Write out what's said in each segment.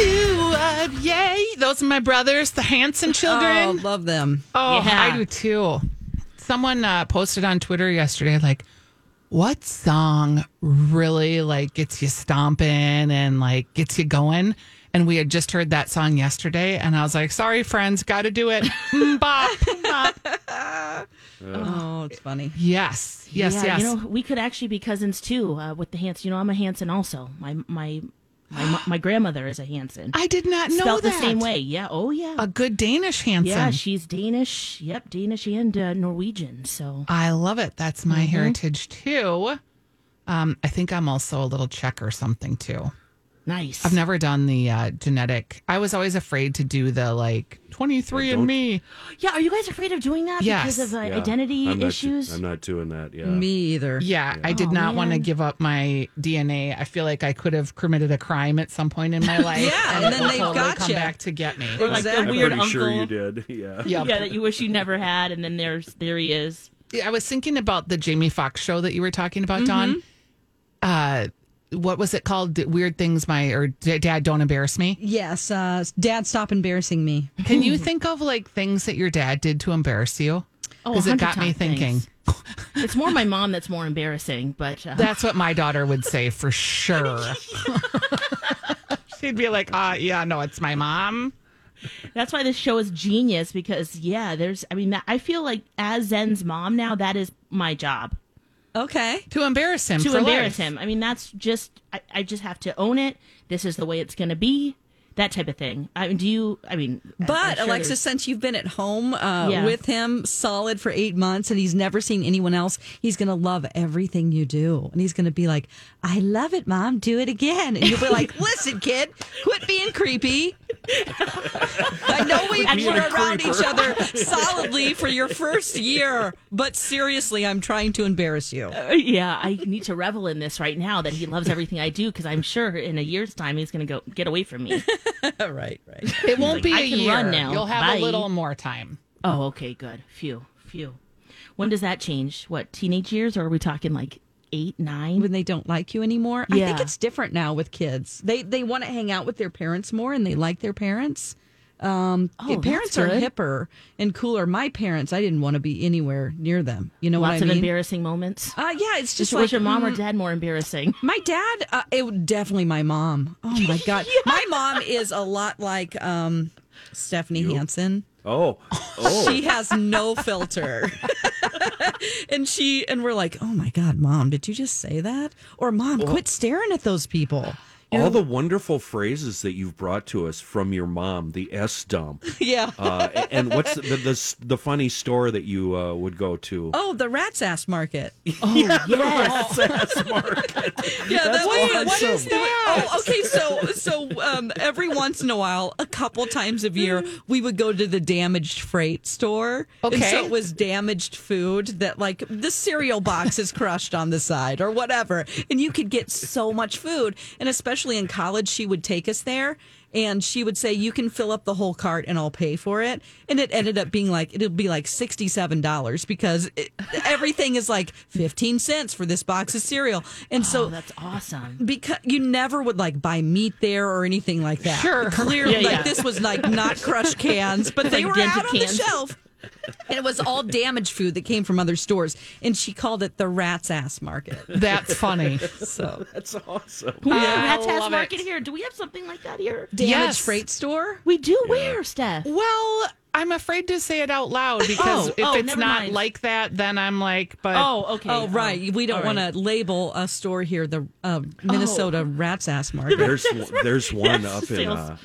Ooh, uh, yay! Those are my brothers, the Hanson Oh, children. love them. Oh, Yeah. I do too. Someone uh, posted on Twitter yesterday, like, what song really like gets you stomping and like gets you going? And we had just heard that song yesterday, and I was like, sorry, friends, got to do it. Mm, Bop, bop. Oh, it's funny. Yes, yes, yeah, yes. You know, we could actually be cousins too uh, with the Hanson. You know, I'm a Hanson also. My my my mo- my grandmother is a Hanson. I did not know Spelt that. the same way. Yeah. Oh yeah. A good Danish Hanson. yeah, she's Danish. Yep, Danish and uh, Norwegian. So I love it. That's Mm-hmm. my heritage too. Um, I think I'm also a little Czech or something too. nice. I've never done the uh, genetic. I was always afraid to do the like 23 and me. yeah. Are you guys afraid of doing that Yes. because of uh, Yeah, identity I'm not, issues? I'm not doing that. Yeah. Me either. Yeah, I did Oh, not want to man. give up my DNA. I feel like I could have committed a crime at some point in my life. Yeah, and then it will they've totally got come ya. back to get me. Or like the Exactly. I'm weird pretty uncle. sure you did. Yeah. Yep. Yeah, that you wish you never had, and then there's there he is. Yeah, I was thinking about the Jamie Foxx show that you were talking about, Mm-hmm. Don. Uh, what was it called? The Weird things my or D- dad don't embarrass me. Yes. Uh, Dad, stop embarrassing me. Can Hmm. you think of like things that your dad did to embarrass you? Oh, Because 100 it got me times. thinking. It's more my mom that's more embarrassing, but uh, That's what my daughter would say for sure. She'd be like, uh, yeah, no, it's my mom. That's why this show is genius because yeah, there's I mean that, I feel like as Zen's mom now that is my job Okay. To embarrass him. to for embarrass life. him. I mean that's just I, I just have to own it. This is the way it's going to be. That type of thing. I mean, do you? I mean, I- I'm But sure Alexa, there's- since you've been at home uh, Yeah. with him solid for eight months and he's never seen anyone else, he's going to love everything you do. And he's going to be like, I love it, mom. Do it again. And you'll be like, listen, kid, quit being creepy. I know we Actually, were around each other solidly for your first year, but seriously, I'm trying to embarrass you. yeah, I need to revel in this right now that he loves everything I do because I'm sure in a year's time he's going to go get away from me. right, right. It won't be I a can year. run now. You'll have a Bye. little more time. oh, okay, good. Phew, phew. When does that change? What teenage years? Or are we talking like eight, nine? when they don't like you anymore. I think Yeah. it's different now with kids. They they want to hang out with their parents more and they like their parents. Um, Oh, yeah, that's parents good. are hipper and cooler. My parents, I didn't want to be anywhere near them. You know Lots what I of mean? embarrassing moments. Uh, yeah, it's just Just like was your mom or mm, dad more embarrassing? My dad, uh, it would- definitely my mom. Oh my god, my mom is a lot like um, Stephanie Hansen. Oh. Oh. She has no filter. and she and we're like, "Oh my god, mom, did you just say that?" Or, "Mom, quit staring at those people." All the wonderful phrases that you've brought to us from your mom, the S dump. Yeah. Uh, a- and what's the, the the the funny store that you uh, would go to? Oh, the rat's ass market. Yeah, yes. that awesome. what is that? Oh, okay. So, so um, every once in a while, a couple times a year, we would go to the damaged freight store. And Okay. so it was damaged food that, like, the cereal box is crushed on the side or whatever, and you could get so much food. And especially in college, she would take us there. And she would say, "You can fill up the whole cart, and I'll pay for it." And it ended up being like it'll be like sixty-seven dollars because it, everything is like fifteen cents for this box of cereal. And so Oh, that's awesome. because you never would like buy meat there or anything like that. Sure. clearly, Yeah, like yeah. this was like not crushed cans, but they Like were dented out on cans. the shelf. And it was all damaged food that came from other stores. And she called it the rat's ass market. That's funny. So That's awesome. We have I a rat's ass love market it. here. Do we have something like that here? damaged Yes. freight store? We do. Where, Steph? Well, I'm afraid to say it out loud because Oh, if oh, it's never not mind. like that, then I'm like, but Oh, okay. Oh, right. We don't all right. Oh. want to label a store here the uh, Minnesota rat's ass market. There's there's one up in Sales. uh,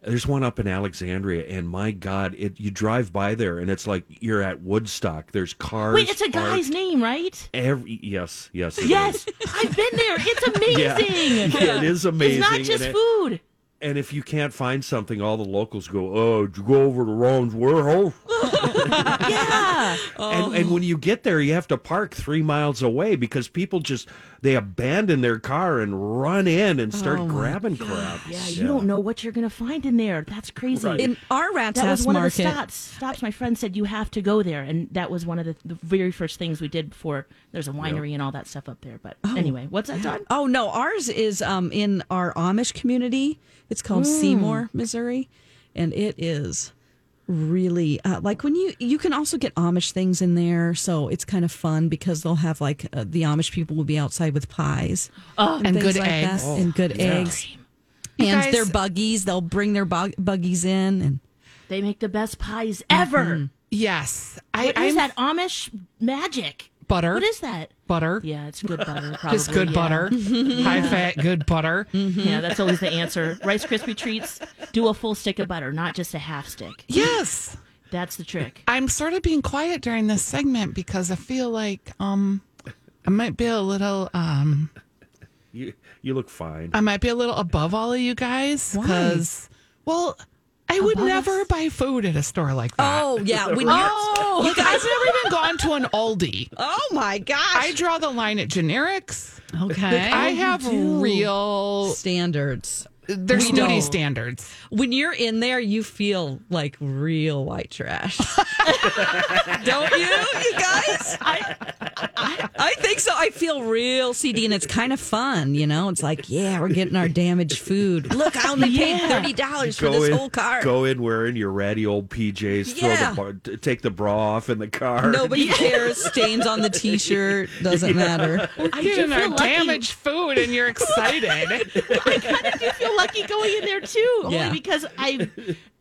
there's one up in Alexandria, and my God, it you drive by there, and it's like you're at Woodstock. There's cars. Wait, it's a guy's parked name, right? Every yes, yes, it is. Yes, I've been there. It's Yeah. amazing. Yeah, it is amazing. It's not and just it- food. And if you can't find something, all the locals go, "Oh, did you go over to Ron's warehouse." Yeah. And, and when you get there, you have to park three miles away because people just they abandon their car and run in and start grabbing crap. Yeah, you don't know what you're gonna find in there. That's crazy. Right. In our rat's that ass was one market. of the stops. Stops. My friend said you have to go there, and that was one of the, the very first things we did before. There's a winery and all that stuff up there. But anyway, what's that Todd? Oh no, ours is um in our Amish community. It's called Seymour, Missouri, and it is really uh, like when you you can also get Amish things in there, so it's kind of fun because they'll have like uh, the Amish people will be outside with pies and things good like that, eggs. and Oh, good eggs. And guys- their buggies, they'll bring their bug- buggies in, and They make the best pies ever. Yes, What I I'm is that Amish magic? Butter. What is that? butter. Yeah, it's good butter. Probably, Just good yeah. butter, high fat, good butter. Yeah, that's always the answer. Rice Krispie treats. Do a full stick of butter, not just a half stick. Yes, That's the trick. I'm sort of being quiet during this segment because I feel like um, I might be a little um, You you look fine. I might be a little above all of you guys because, well, I would never buy food at a store like that. oh yeah, when you're Oh, like, I've never even gone to an Aldi. oh my I gosh, draw the line at generics. okay, I have real standards. there's We snooty don't. standards. when you're in there, you feel like real white trash. Don't you, you guys? I, I, think so. I feel real CD, and it's kind of fun, you know? It's like, yeah, we're getting our damaged food. Look, I only paid $30 for this in, whole car. Go in wearing your ratty old PJs. Yeah. Throw the bar, t- take the bra off in the car. Nobody cares. Stains on the t shirt. Doesn't matter. I do Getting our feel lucky. damaged food and you're excited. feel lucky going in there too, only Yeah. because I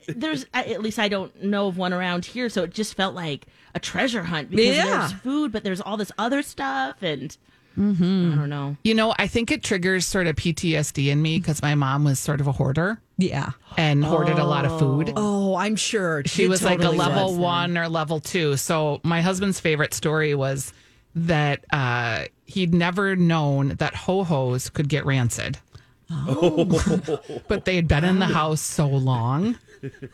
there's I- at least I don't know of one around here, so it just felt like a treasure hunt because Yeah. there's food, but there's all this other stuff, and I don't know. you know, I think it triggers sort of PTSD in me because my mom was sort of a hoarder Yeah. and hoarded a lot of food. Oh, I'm sure. she You was totally like a level would. one or level two. So my husband's favorite story was that uh, he'd never known that ho hos could get rancid. but they had been in the house so long.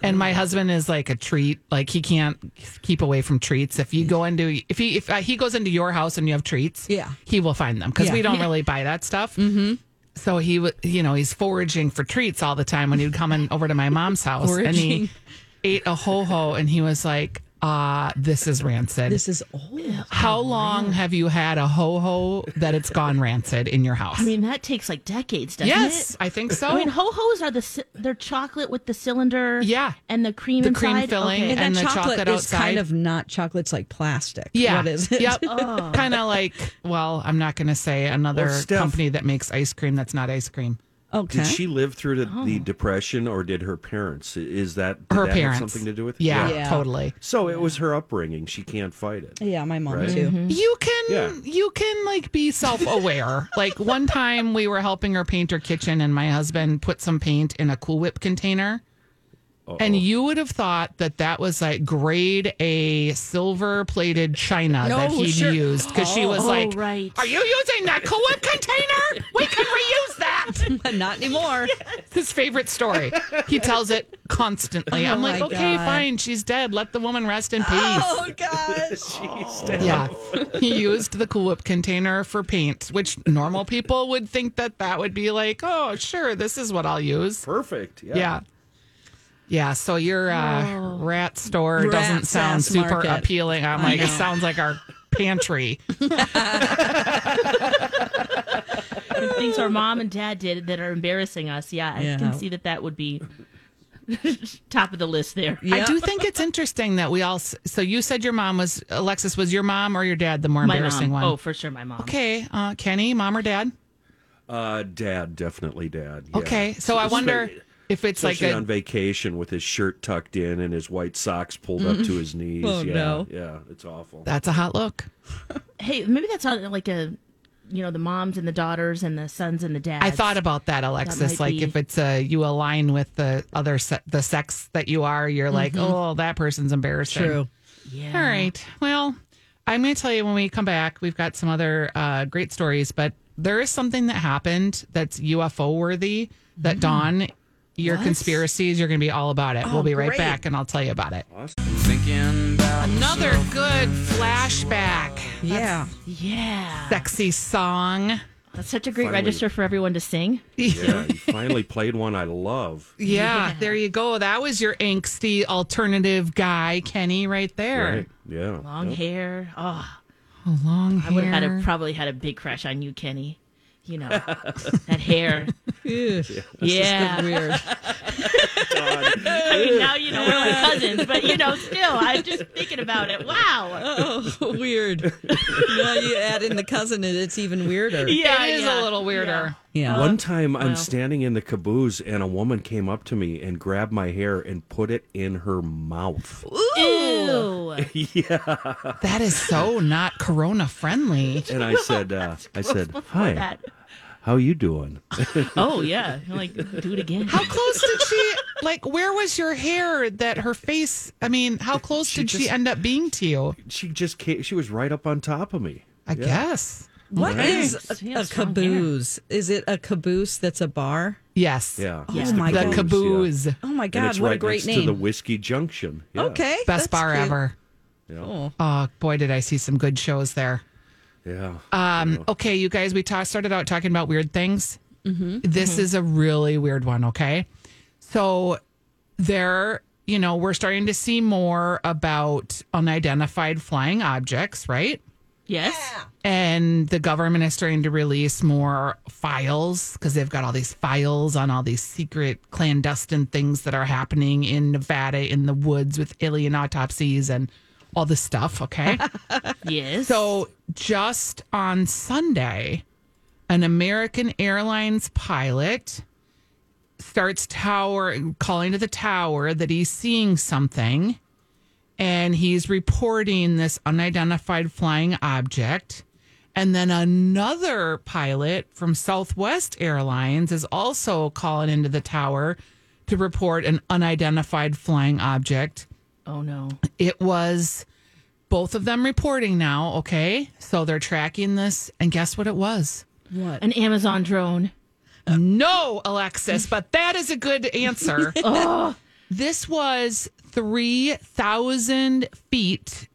And my husband is like a treat; like he can't keep away from treats. If you go into if he if uh, he goes into your house and you have treats, Yeah. he will find them because Yeah. we don't really buy that stuff. Mm-hmm. So he, wa- you know, he's foraging for treats all the time when he'd come in over to my mom's house, and he Foraging. ate a ho ho, and he was like, "Ah, this is rancid. This is old. How long have you had a ho ho that it's gone rancid in your house?" I mean, that takes like decades, doesn't yes, it? I think so. I mean, ho hos are the ci- they're chocolate with the cylinder, Yeah. and the cream, The cream inside. filling Okay. and- that the chocolate is outside. kind of not chocolate's like plastic. yeah. What is it? Yep. Kind of like, well, I'm not going to say another Well, Steph- company that makes ice cream that's not ice cream. Okay. Did she live through the, the depression, or did her parents? Is that did Her that have parents. something to do with it? Yeah, Yeah. totally. So it was her upbringing. She can't fight it. Yeah, my mom Right? too. You can Yeah. you can like be self aware. like one time we were helping her paint her kitchen and my husband put some paint in a Cool Whip container. And you would have thought that that was like grade A silver plated china that No, he'd sure. used because she was Oh, like, right. "Are you using that Cool Whip container? We can reuse that." But not anymore. His favorite story. He tells it constantly. I'm Oh, like, my "Okay, God. fine. She's dead. Let the woman rest in peace." gosh. Yeah. He used the Cool Whip container for paint, which normal people would think that that would be like, oh, sure, this is what I'll use. Perfect. Yeah. Yeah. Yeah. So your uh, rat store doesn't Rat's sound ass super market. appealing. I'm like, it sounds like our pantry. things our mom and dad did that are embarrassing us. Yeah, I Yeah. can see that that would be top of the list there. I do think it's interesting that we all. s- So you said your mom was Alexis. Was your mom or your dad the more My embarrassing mom. one? Oh, for sure, my mom. Okay, uh, Kenny, mom or dad? Uh, dad, definitely dad. yeah. Okay, so I Espe- wonder if it's like Especially a on vacation with his shirt tucked in and his white socks pulled up Mm-hmm. to his knees. Oh, yeah, no. yeah, it's awful. that's a hot look. Hey, maybe that's not like a, you know, the moms and the daughters and the sons and the dads. I thought about that, Alexis. might like be- if it's a you align with the other se- the sex that you are, you're like, oh, that person's embarrassing. True. Yeah. All right. Well, I'm going to tell you when we come back, we've got some other uh, great stories, but there is something that happened that's UFO worthy that Dawn, your conspiracies, you're going to be all about it. we'll be right great. back and I'll tell you about it. Another good flashback. Yeah. Yeah. Sexy song. That's such a great Finally. register for everyone to sing. Yeah, you finally played one I love. Yeah, there you go. That was your angsty alternative guy, Kenny, right there. Right? Yeah. Long hair. Oh, Long I would have had hair. a, probably had a big crush on you, Kenny. You know, that hair. yeah. Weird. I mean, now you know we're like cousins, but you know, still, I'm just thinking about it. Wow. Oh, weird. now you add in the cousin, and it's even weirder. Yeah, it is a yeah, little weirder. Yeah. One time I'm standing in the caboose and a woman came up to me and grabbed my hair and put it in her mouth. Ew. That is so not corona friendly. And I said, uh, I said, hi, That. how you doing? Oh, yeah. I'm like, do it again. How close did she like where was your hair that her face I mean, how close did she end up being to you? She just came, she was right up on top of me. I guess. What is She a, has strong hair. caboose? Is it a caboose that's a bar? Yes. Yeah. Yeah. it's Oh my The yeah. caboose. Oh my And God! it's What right a next great name. to the Whiskey Junction. Yeah. Okay, Best that's bar cute. ever. Oh. Oh boy did I see some good shows there. Yeah. Um, okay, you guys, we ta- started out talking about weird things. This is a really weird one, okay? So there, you know, we're starting to see more about unidentified flying objects, right? Yes. And the government is starting to release more files because they've got all these files on all these secret clandestine things that are happening in Nevada in the woods with alien autopsies and all this stuff, okay? Yes. So, just on Sunday, an American Airlines pilot starts tower calling to the tower that he's seeing something and he's reporting this unidentified flying object. And then another pilot from Southwest Airlines is also calling into the tower to report an unidentified flying object oh no. it was both of them reporting now. Okay. So they're tracking this. And guess what it was? An Amazon drone. No, Alexis, but that is a good answer. Oh. This was 3,000 feet,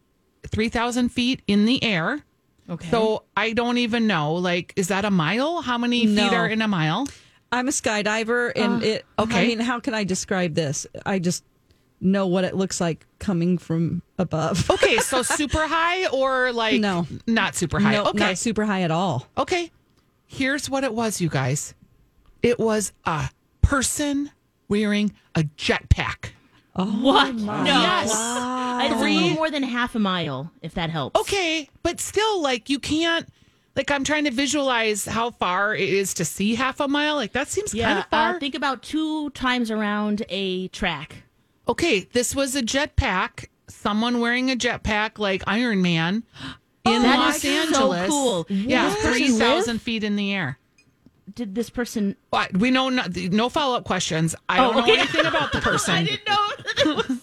3,000 feet in the air. Okay. So I don't even know. Like, is that a mile? How many No. feet are in a mile? I'm a skydiver, and it. Ah, okay. I mean, how can I describe this? I just know what it looks like coming from above. Okay. So super high or like No. not super high? no, okay. not super high at all. Okay. Here's what it was, you guys. It was a person wearing a jetpack. what? No. Yes. It's a little more than half a mile, if that helps. Okay, but still like you can't like I'm trying to visualize how far it is to see half a mile. Like that seems Yeah. kind of far. Uh, think about two times around a track. okay, this was a jetpack. Someone wearing a jetpack like Iron Man in that Los is so Angeles. cool. Yeah, Does this person three thousand feet in the air. Did this person? But we know no, no follow up questions. I Oh, don't okay. know anything about the person. I didn't know. That it was,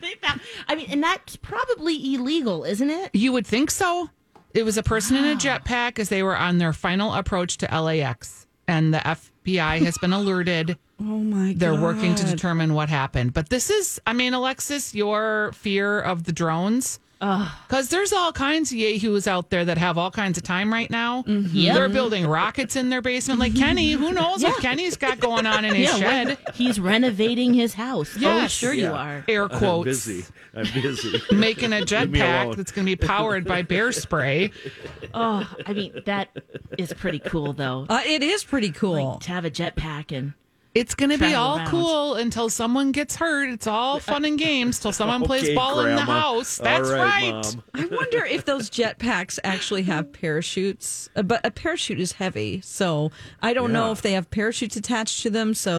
they found, I mean, and that's probably illegal, isn't it? You would think so. It was a person in a jetpack as they were on their final approach to LAX, and the FBI has been alerted. Oh my god! They're working to determine what happened. But this is, I mean, Alexis, your fear of the drones. Because there's all kinds of yahoos out there that have all kinds of time right now. Mm-hmm. Yep. They're building rockets in their basement. Like Kenny, who knows what Kenny's got going on in his shed? what- he's renovating his house. Oh, Yes. sure you Yeah. are. Air I'm quotes. busy. I'm busy. Making a me alone. jetpack that's going to be powered by bear spray. Oh, I mean, that is pretty cool, though. Uh, it is pretty cool. To have a jetpack and It's going to be Travel all around. cool until someone gets hurt. It's all fun and games till someone plays Okay, ball in the Grandma. house. All That's right, right. Mom. I wonder if those jetpacks actually have parachutes, Uh, but a parachute is heavy, so I don't know if they have parachutes attached to them. So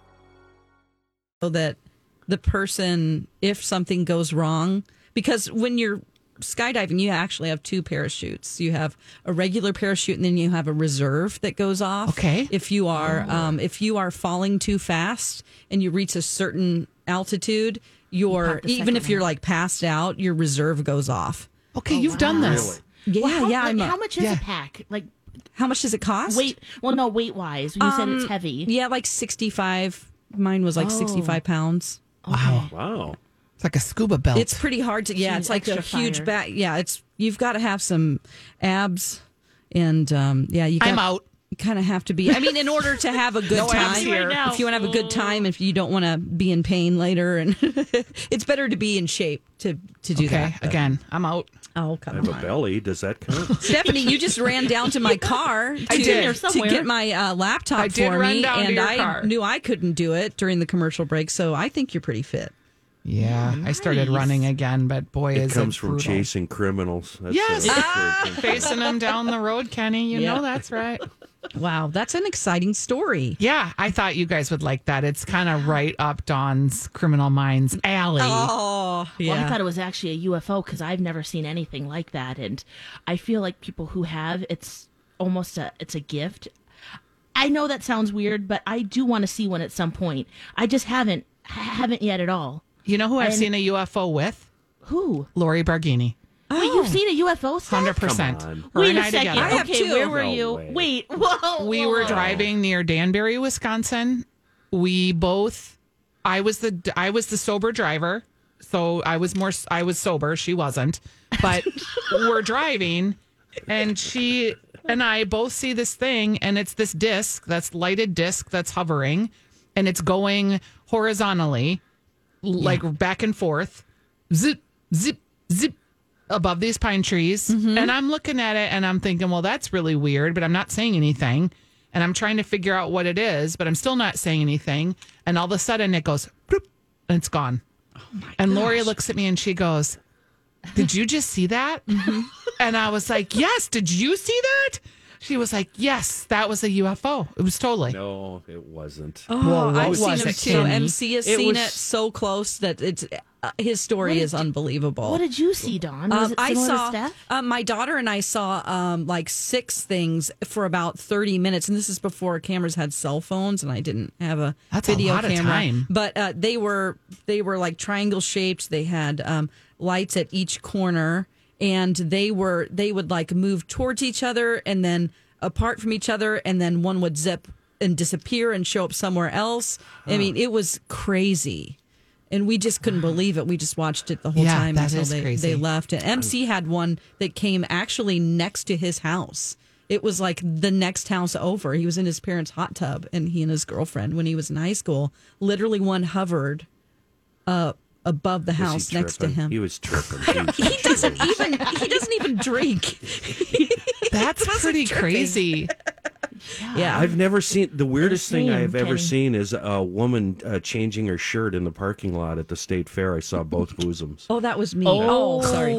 that the person, if something goes wrong, because when you're skydiving, you actually have two parachutes. You have a regular parachute, and then you have a reserve that goes off. Okay. if you are um, if you are falling too fast and you reach a certain altitude, your pop the even second if you're one. like passed out, your reserve goes off. Okay, you've done this. Yeah, Well, how, yeah. like, I'm a- how much is yeah. a pack? Like How much does it cost? weight? Well, no, weight wise, you said it's heavy. Um, Yeah, like 65. Mine was like 65 pounds. Wow. It's like a scuba belt. It's pretty hard to, yeah, Jeez, it's like I a feel huge fire. back. Yeah, it's, you've got to have some abs. And um, yeah, you I'm got- out. you kind of have to be. I mean, in order to have a good abs time, here. Right now. if you want to have a good time, if you don't want to be in pain later, and it's better to be in shape to to do okay, that. again, I'm out. Oh I come have on, a belly. Does that count? Stephanie! You just ran down to my car to, did. Here to somewhere. get my uh, laptop I did for run me, down to and your I car. knew I couldn't do it during the commercial break. So I think you're pretty fit. Yeah, I started running again, but boy, it is comes it from brutal. chasing criminals. That's Yes. Ah. uh, that's where it comes Facing them down the road, Kenny. You know that's right. Wow, that's an exciting story. Yeah, I thought you guys would like that. It's kind of right up Dawn's criminal minds alley. Oh, yeah. Well, I thought it was actually a UFO because I've never seen anything like that, and I feel like people who have it's almost a it's a gift. I know that sounds weird, but I do want to see one at some point. I just haven't I haven't yet at all. You know who I've And- seen a UFO with? Who? Lori Barghini. Wait, Oh. you've seen a UFO? Steph? Hundred percent. Come on. Her Wait and a I second. together. I have okay, two. where were No you? way. Wait, whoa. we whoa, were whoa. driving near Danbury, Wisconsin. We both I was the I was the sober driver, so I was more I was sober, she wasn't. But we're driving and she and I both see this thing and it's this disc that's lighted disc that's hovering and it's going horizontally like back and forth. Zip zip zip above these pine trees Mm-hmm. and I'm looking at it and I'm thinking, well, that's really weird, but I'm not saying anything. And I'm trying to figure out what it is, but I'm still not saying anything. And all of a sudden it goes, bloop, and it's gone. Oh and Lori looks at me and she goes, Did you just see that? Mm-hmm. and I was like, Yes, did you see that? She was like, Yes, that was a UFO. It was totally. No, it wasn't. Oh, I've what seen was him it, too. Kenny? MC has It seen was- it so close that it's uh, his story is unbelievable. What did you see, Don? Was Um, it similar to Steph? uh, my daughter and I saw um, like six things for about thirty minutes, and this is before cameras had cell phones, and I didn't have a That's a video lot of camera. time. But uh, they were they were like triangle shaped. They had um, lights at each corner, and they were they would like move towards each other and then apart from each other, and then one would zip and disappear and show up somewhere else. I mean, it was crazy. And we just couldn't believe it. We just watched it the whole Yeah, time that until is they, crazy. they left. And MC had one that came actually next to his house. It was like the next house over. He was in his parents' hot tub, and he and his girlfriend, when he was in high school, literally one hovered uh, above the Was he house next to tripping? him. He was tripping. He- He doesn't even he doesn't even drink. That's pretty tripping. crazy. Yeah, I've never seen the weirdest thing seen, I've ever Kenny. seen is a woman uh, changing her shirt in the parking lot at the state fair. I saw both bosoms. Oh, that was me. Oh, sorry.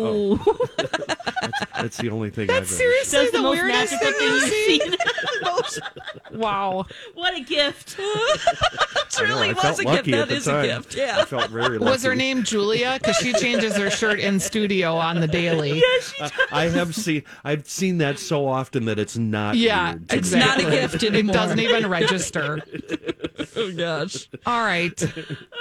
That's the only thing I've ever. Seriously, That's the, the, most weirdest thing magical thing you've seen. you've seen. Wow. what a gift. I know, really I was felt a gift. lucky at That the is a time. gift, yeah. I felt very lucky. Was her name Julia? Because she changes her shirt in studio on the daily. I have seen. I've seen that so often that it's not. Yeah, weird to me. It's not a exactly. gift It anymore. doesn't even register. Oh gosh, All right. Uh,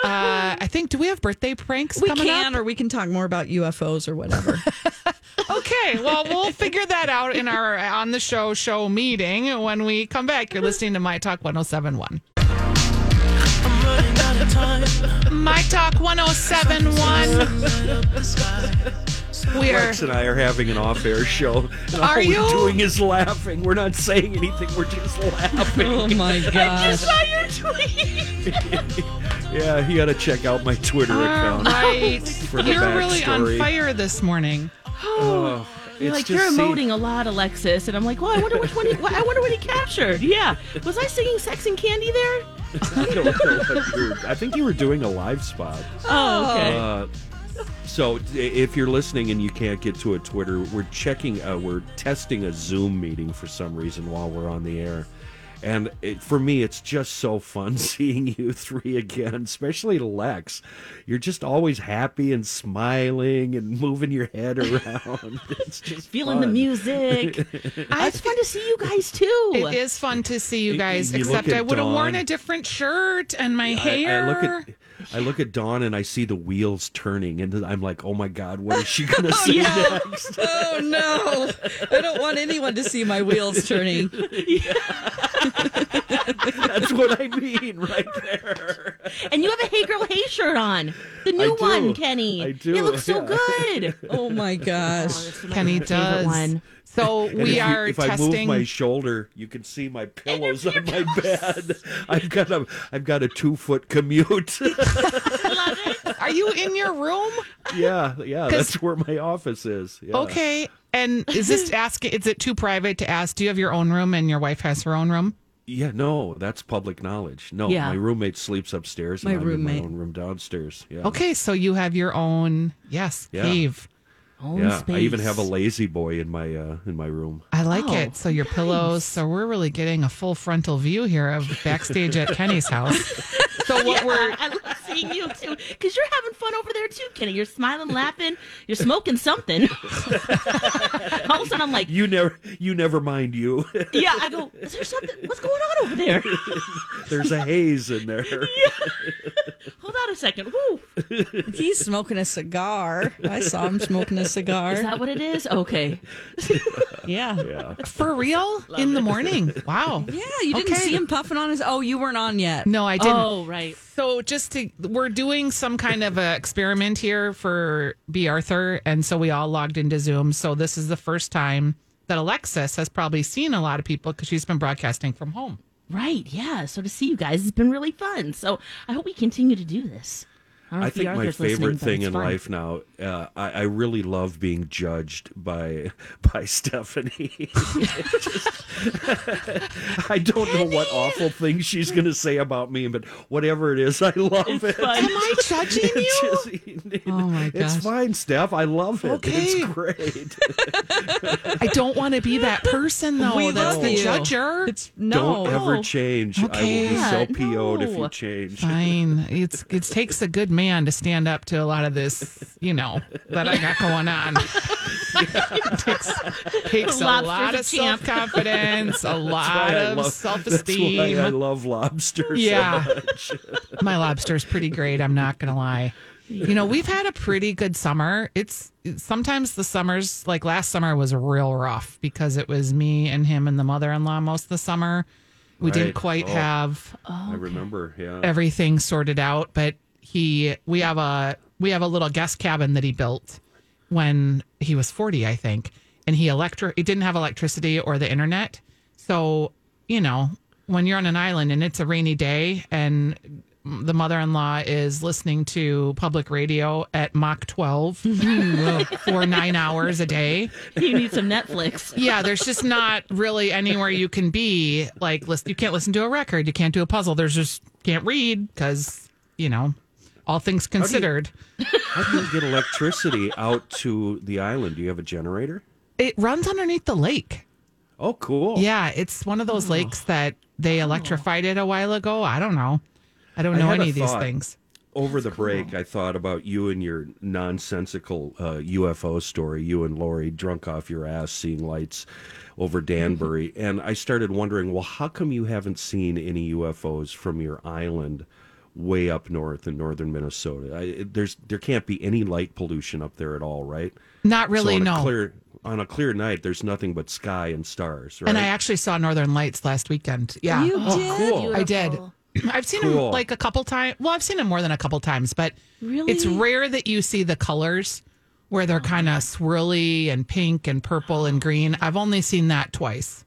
I think, do we have birthday pranks we coming can, up? or we can talk more about UFOs or whatever. Okay. Well, we'll figure that out in our on the show show meeting oh when we come back. You're listening to My Talk 1071. I'm running out of time. 1071. We are Lex and I are having an off-air show. And all Are we're you? doing is laughing. We're not saying anything. We're just laughing. Oh my gosh. yeah, you got to check out my Twitter all account. right. for the You're really on backstory. fire this morning. Oh, You're it's like just you're see- emoting a lot, Alexis, and I'm like, well, I wonder which one. He, I wonder what he captured. Yeah, was I singing "Sex and Candy" there? I, don't know what you were- I think you were doing a live spot. Oh, okay. Uh, so i- if you're listening and you can't get to a Twitter, we're checking, uh, we're testing a Zoom meeting for some reason while we're on the air. And it, for me, it's just so fun seeing you three again, especially Lex. You're just always happy and smiling and moving your head around. It's just Feeling the fun. music. it's fun to see you guys too. It is fun to see you You- guys, you look except at I would have worn Dawn. a different shirt and my I, hair. I look at I look at Dawn and I see the wheels turning, and I'm like, "Oh my God, what is she gonna say next?" Oh no. I don't want anyone to see my wheels turning. That's what I mean, right there. And you have a Hey Girl Hey shirt on. The new I do. one, Kenny. I do, It looks so yeah. good. Oh my gosh. Kenny does. So And we if you- are if testing. I move my shoulder, you can see my pillows on my bed. I've got a I've got a two foot commute. Are you in your room? yeah, yeah, that's where my office is. Yeah. Okay. And is this asking? Is it too private to ask? Do you have your own room and your wife has her own room? Yeah, no, that's public knowledge. No, Yeah. my roommate sleeps upstairs. And My I'm in roommate. my own room downstairs. Yeah. Okay, so you have your own yes Yeah. cave. Own Yeah, I even space. have a lazy boy in my uh, in my room. I like Oh, it. So your pillows. So we're really getting a full frontal view here of backstage at Kenny's house. So what we're I love seeing you too, because you're having fun over there too, Kenny. You're smiling, laughing. You're smoking something. All of a sudden, I'm like, You never, you never mind. You, yeah. I go, is there something? What's going on over there? there's a haze in there. Hold on a second. Woo. He's smoking a cigar. I saw him smoking a cigar. Is that what it is? Okay. yeah. Yeah, for real in the morning. Wow. Yeah, you didn't see him puffing on his Oh, you weren't on yet. No, I didn't. Oh, right. So just to we're doing some kind of a experiment here for B Arthur and so we all logged into Zoom. So this is the first time that Alexis has probably seen a lot of people cuz she's been broadcasting from home. Right. Yeah. So to see you guys has been really fun. So I hope we continue to do this. don't know I if the think my Arthur's listening, favorite but thing it's in fun. life now. Uh, I, I really love being judged by by Stephanie. Just- I don't know what awful thing she's going to say about me, but whatever it is, I love it. Fun. Am I judging It's you? just- Oh my It's gosh. fine, Steph. I love it. Okay. It's great. I don't want to be that person though. We That's love the you. judger. It's no. Don't ever change. Okay. I will Yeah, be so PO'd if no. you change. Fine. It's it takes a good man to stand up to a lot of this, you know, that I got going on. It takes, takes a Lobster's lot a of champ. self confidence, a That's why lot I of love- self That's why I esteem. love lobster. Yeah. So much. My lobster's pretty great. I'm not gonna lie. You know, we've had a pretty good summer. It's sometimes the summers, like last summer, was real rough because it was me and him and the mother-in-law most of the summer. We didn't Right. quite Oh. have I remember. Yeah. everything sorted out, but he we have a we have a little guest cabin that he built when he was 40, I think. And he electro it didn't have electricity or the internet. So, you know, when you're on an island and it's a rainy day and the mother-in-law is listening to public radio at Mach 12 for 9 hours a day You need some Netflix. yeah, there's just not really anywhere you can be. Like, listen, you can't listen to a record, you can't do a puzzle. There's just can't read because you know, all things considered, How do you get electricity out to the island? Do you have a generator? it runs underneath the lake. Oh, cool. Yeah, it's one of those Oh. lakes that they electrified it a while ago. I don't know. I don't I know had a any of these thought. things. Over the break, I thought about you and your nonsensical uh, UFO story, you and Lori drunk off your ass seeing lights over Danbury. Mm-hmm. and I started wondering, well, how come you haven't seen any UFOs from your island way up north in northern Minnesota? I, it- there's There can't be any light pollution up there at all, right? Not really, so on no. A clear, on a clear night, there's nothing but sky and stars, right? And I actually saw Northern Lights last weekend. Yeah. You did? cool. I did. Beautiful. I've seen him Cool. like a couple times. Well, I've seen him more than a couple times, but Really? it's rare that you see the colors where they're kind Oh. of swirly and pink and purple and green. I've only seen that twice.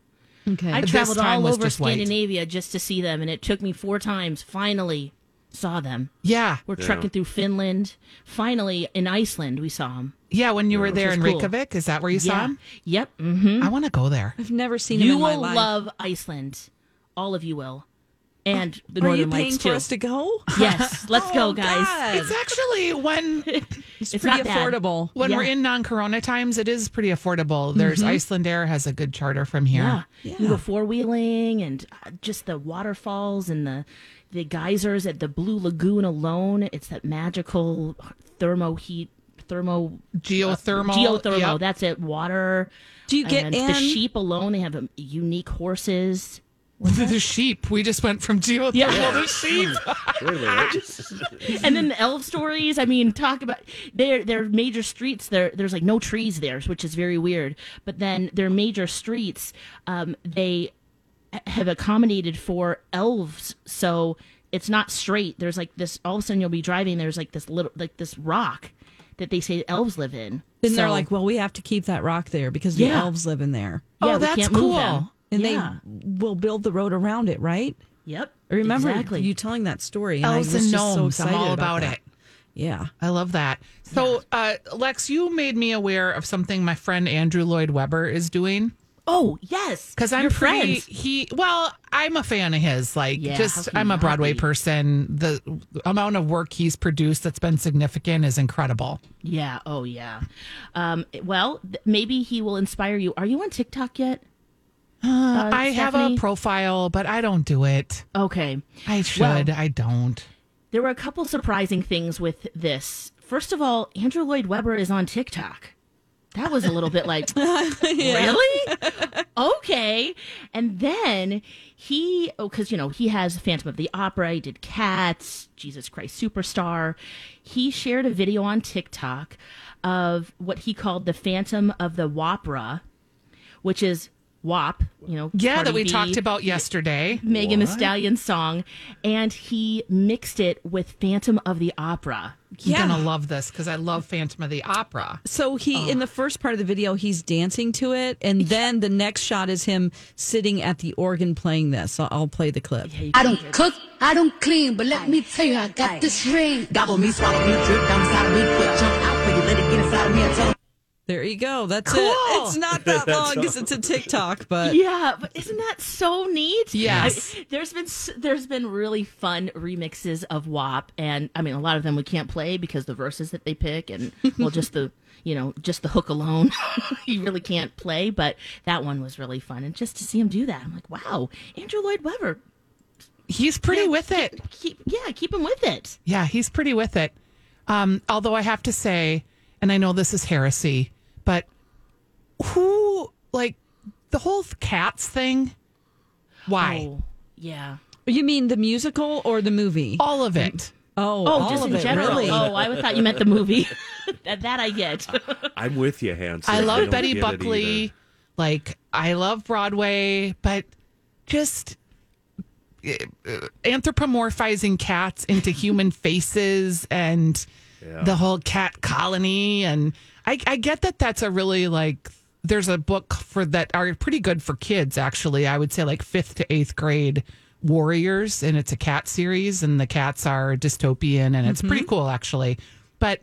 Okay. I This traveled time all was over just white. Scandinavia just to see them, and it took me four times. Finally, saw them. Yeah. We're trekking through Finland. Finally, in Iceland, we saw them. Yeah. When you were there is in cool. Reykjavik, is that where you saw yeah. him? Yep. hmm I want to go there. I've never seen him You in my will life. love Iceland. All of you will. And the Are you Northern paying Lights, for too. us to go? yes. Let's Oh, go, guys. God. It's actually when It's, it's pretty not bad. affordable. when we're Yeah. Mm-hmm. in non-corona times, it is pretty affordable. There's Iceland Air has a good charter from here. Yeah. You can go four wheeling and uh, just the waterfalls and the the geysers at the Blue Lagoon alone. It's that magical thermo heat, thermo Geothermal. geothermal. yep. That's it. Water. Do you get and in? the sheep alone? They have um, unique horses. the sheep. We just went from geothermal to sheep. Really? I just- and then the elf stories. I mean, talk about their their major streets. There, there's like no trees there, which is very weird. But then their major streets, um, they h- have accommodated for elves, so it's not straight. There's like this. All of a sudden, you'll be driving. There's like this little, like this rock that they say elves live in. Then they're So- like, well, we have to keep that rock there because the Yeah. elves live in there. yeah, oh, we that's can't move cool. them. And Yeah. they will build the road around it, right? Yep. I remember exactly. you telling that story. And Elves I was and just so gnomes. excited I'm all about, that. it. Yeah. I love that. So, uh, Lex, you made me aware of something my friend Andrew Lloyd Webber is doing oh yes, because I'm Your pretty. friends. He well, I'm a fan of his. Like, Yeah, how just can I'm you a not Broadway be? person. The amount of work he's produced that's been significant is incredible. Yeah. Oh yeah. Um, well, th- maybe he will inspire you. Are you on TikTok yet? Uh, I have a Stephanie? profile, but I don't do it. Okay. I should. Well- I don't. There were a couple surprising things with this. First of all, Andrew Lloyd Webber is on TikTok. That was a little bit like, really? Okay. And then he, oh, because, you know, he has Phantom of the Opera, he did Cats, Jesus Christ Superstar. He shared a video on TikTok of what he called the Phantom of the Wopera, which is WAP, you know. Yeah, that Cardi we B. talked about yesterday. Megan Thee Stallion song, and he mixed it with Phantom of the Opera. You're Yeah. gonna love this because I love Phantom of the Opera. So he in the first part of the video he's dancing to it and then the next shot is him sitting at the organ playing this. So I'll play the clip. I don't cook, I don't clean, but let me tell you, I got this ring. Gobble me, swallow me, drip down inside of me, quick jump out, baby, let it get inside of me and tell There you go. That's it. It's not that long because it's a TikTok, but Yeah, but isn't that so neat? Yes. I- there's been s- there's been really fun remixes of WAP, and I mean a lot of them we can't play because the verses that they pick, and well, just the you know just the hook alone, you really can't play. But that one was really fun, and just to see him do that, I'm like, wow, Andrew Lloyd Webber, He's pretty with it. keep yeah, keep him with it. Yeah, he's pretty with it. Um, although I have to say, and I know this is heresy, but who like the whole cats thing? Why Oh, yeah. you mean the musical or the movie? all of it? Oh, Oh, all just of in it, general. really. Oh, I thought you meant the movie. that, that I get. I'm with you, Hanson. I love don't Betty get it Buckley. either. Like I love Broadway, but just uh, uh, anthropomorphizing cats into human faces and the whole cat colony and I, I get that that's a really like there's a book for that are pretty good for kids actually i would say like fifth to eighth grade warriors and it's a cat series and the cats are dystopian and it's pretty cool actually but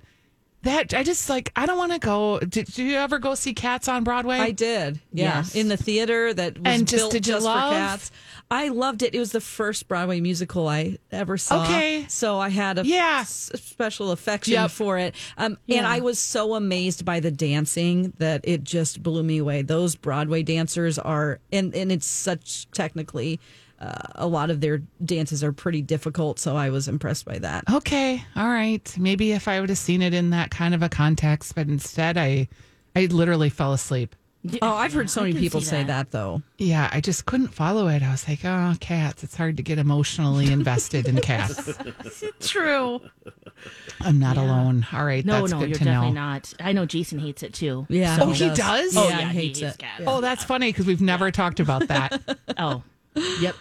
that i just like i don't want to go did, did you ever go see cats on broadway I did. Yeah. Yes. In the theater that was And just built did you just love? for cats. I loved it. It was the first Broadway musical I ever saw. Okay. So I had a Yeah. s- special affection Yep. for it. Um, And Yeah. I was so amazed by the dancing that it just blew me away. Those Broadway dancers are, and, and it's such technically, uh, a lot of their dances are pretty difficult. So I was impressed by that. okay all right maybe if i would have seen it in that kind of a context but instead i i literally fell asleep Oh, I've heard so I many can people see say that. that though. Yeah, I just couldn't follow it. I was like, oh, cats. It's hard to get emotionally invested in cats. True. I'm not alone. All right. No, that's no, good you're to definitely know. not. I know Jason hates it too. Yeah. Oh, he does? Oh, Oh, yeah, yeah, he he hates hates it. cats. Oh, that's funny because we've never talked about that. Oh, yep.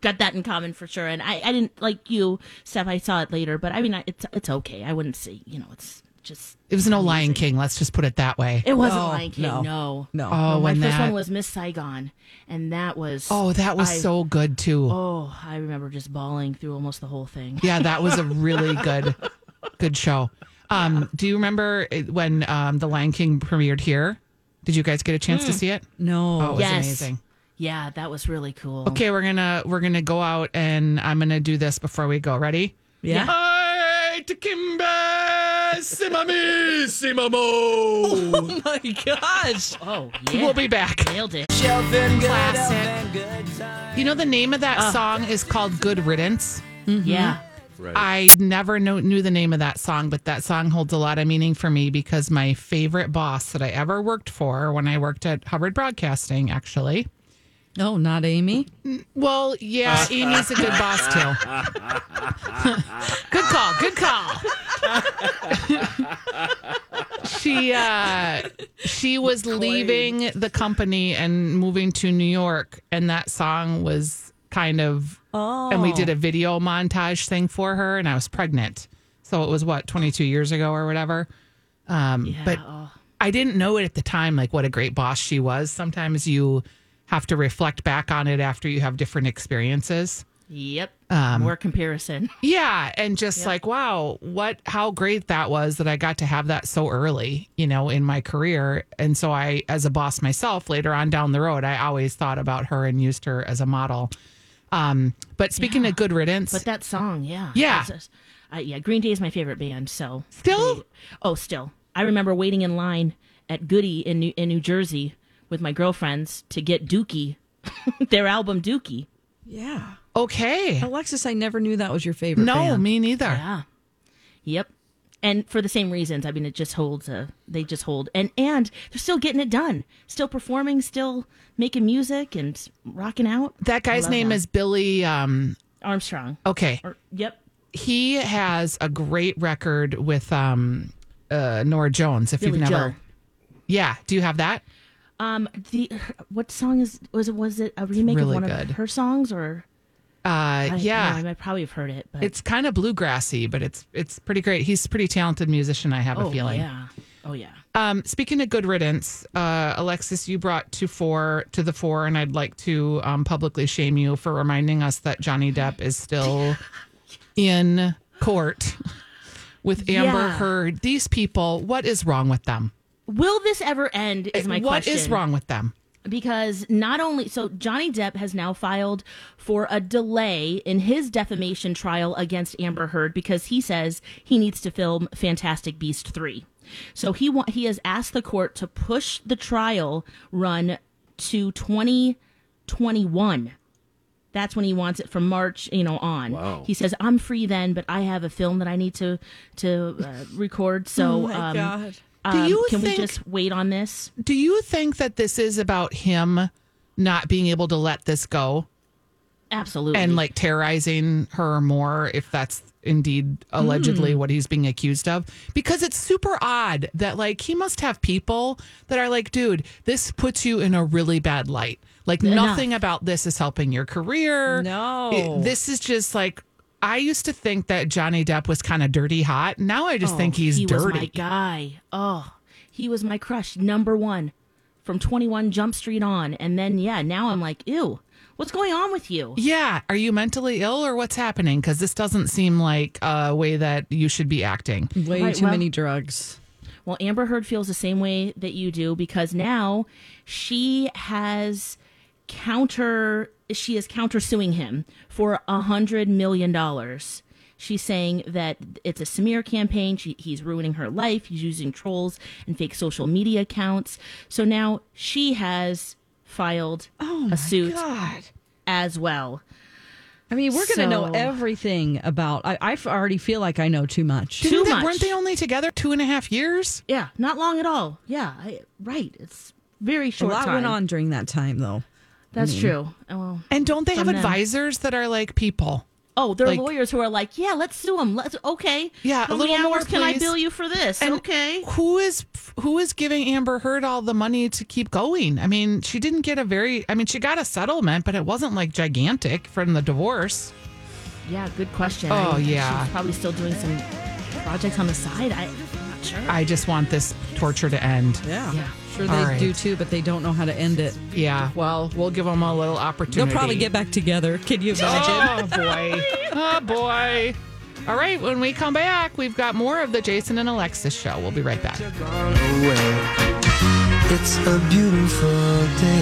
got that in common for sure. And I, I didn't like you, Steph. I saw it later, but I mean, I- it's it's okay. I wouldn't say you know it's just It was no Lion King. Let's just put it that way. it wasn't No, Lion King. Oh, no, No, no. Oh, my and first that. one was Miss Saigon, and that was oh, that was I- so good too. Oh, I remember just bawling through almost the whole thing. Yeah, that was a really good, good show. Um, Do you remember it- when um, the Lion King premiered here? Did you guys get a chance to see it? No. Oh, it was yes. amazing. Yeah, that was really cool. Okay, we're gonna we're gonna go out and I'm gonna do this before we go. Ready? Yeah. Ay, Tikimbe, simami, simamo. Oh my gosh. Oh, yeah. We'll be back. Nailed it. Classic. You know the name of that song is called Good Riddance. Yeah. Right. I never know, knew the name of that song, but that song holds a lot of meaning for me because my favorite boss that I ever worked for when I worked at Hubbard Broadcasting, actually. No, not Amy. Well, yeah, Amy's a good boss too. good call. Good call. she uh, she was leaving the company and moving to New York, and that song was kind of. Oh. And we did a video montage thing for her, and I was pregnant, so it was what twenty two years ago or whatever. Um, But oh. I didn't know it at the time, like what a great boss she was. Sometimes you have to reflect back on it after you have different experiences. Yep. Um, More comparison. Yeah. And just like, wow, what, how great that was that I got to have that so early, you know, in my career. And so I, as a boss myself later on down the road, I always thought about her and used her as a model. Um, but speaking of good riddance, But that song, yeah. Yeah. It's just- uh, yeah, Green Day is my favorite band, so. Still? Oh, still. I remember waiting in line at Goody in New, in New Jersey with my girlfriends to get Dookie, their album Dookie. Yeah. okay. Alexis, I never knew that was your favorite. No, band. me neither. Yep. And for the same reasons, I mean, it just holds. A, they just hold, and and they're still getting it done, still performing, still making music and rocking out. That guy's love name that. is Billy. Um, Armstrong. okay. Or, yep. he has a great record with um uh Nora Jones if Billy you've never Joel. Yeah, do you have that? Um, the what song is was it was it a remake really of one good. of her songs or Uh I, yeah. no, I might probably have heard it, but it's kind of bluegrassy, but it's it's pretty great. He's a pretty talented musician, I have oh a feeling. yeah, oh yeah, Um speaking of good riddance, uh Alexis, you brought to four to the four and I'd like to um publicly shame you for reminding us that Johnny Depp is still in court with Amber Yeah. Heard. These people, what is wrong with them? will this ever end? Is my What question. is wrong with them? because not only so Johnny Depp has now filed for a delay in his defamation trial against Amber Heard because he says he needs to film Fantastic Beast 3. So he wa- he has asked the court to push the trial run to 2021. That's when he wants it from March, you know, on. He says, "I'm free then, but I have a film that I need to to uh, record." So, my um, God. Oh Do um, you can think- we just wait on this? Do you think that this is about him not being able to let this go Absolutely. and like terrorizing her more if that's indeed allegedly Hmm. what he's being accused of? Because it's super odd that like he must have people that are like, dude, this puts you in a really bad light. Like nothing about this is helping your career. No. It- this is just like I used to think that Johnny Depp was kind of dirty hot. Now I just think he's Oh, he was dirty. my guy. Oh, he was my crush number one from 21 Jump Street on. And then, yeah, now I'm like, ew, what's going on with you? Yeah. Are you mentally ill or what's happening? Because this doesn't seem like a way that you should be acting. Way Right, too well- many drugs. Well, Amber Heard feels the same way that you do because now she has counter she is countersuing him for a hundred million dollars. She's saying that it's a smear campaign. She, he's ruining her life. He's using trolls and fake social media accounts. So now she has filed a suit Oh God. as well. I mean, we're going to know So- everything about. I, I already feel like I know too much. Too They- much. Weren't they only together two and a half years? yeah, not long at all. Yeah, I, right. It's very A short. lot time. went on during that time, though. That's true. Oh, well, And don't they have From them. advisors that are like people? Oh, there are Like- lawyers who are like, yeah, let's sue them. Let's okay. Yeah, a How little many more, hours can I please." bill you for this? And okay. Who is who is giving Amber Heard all the money to keep going? I mean, she didn't get a very. I mean, she got a settlement, but it wasn't like gigantic from the divorce. Yeah, good question. Oh, think yeah. she's probably still doing some projects on the side. I, I'm not sure. I just want this torture to end. Yeah. Yeah. Sure, they All right. do too, but they don't know how to end it. Yeah. Well, we'll give them a little They'll opportunity. probably get back together. Can you imagine? Oh boy. Oh boy. All right. When we come back, we've got more of the Jason and Alexis show. We'll be right back. It's a beautiful day.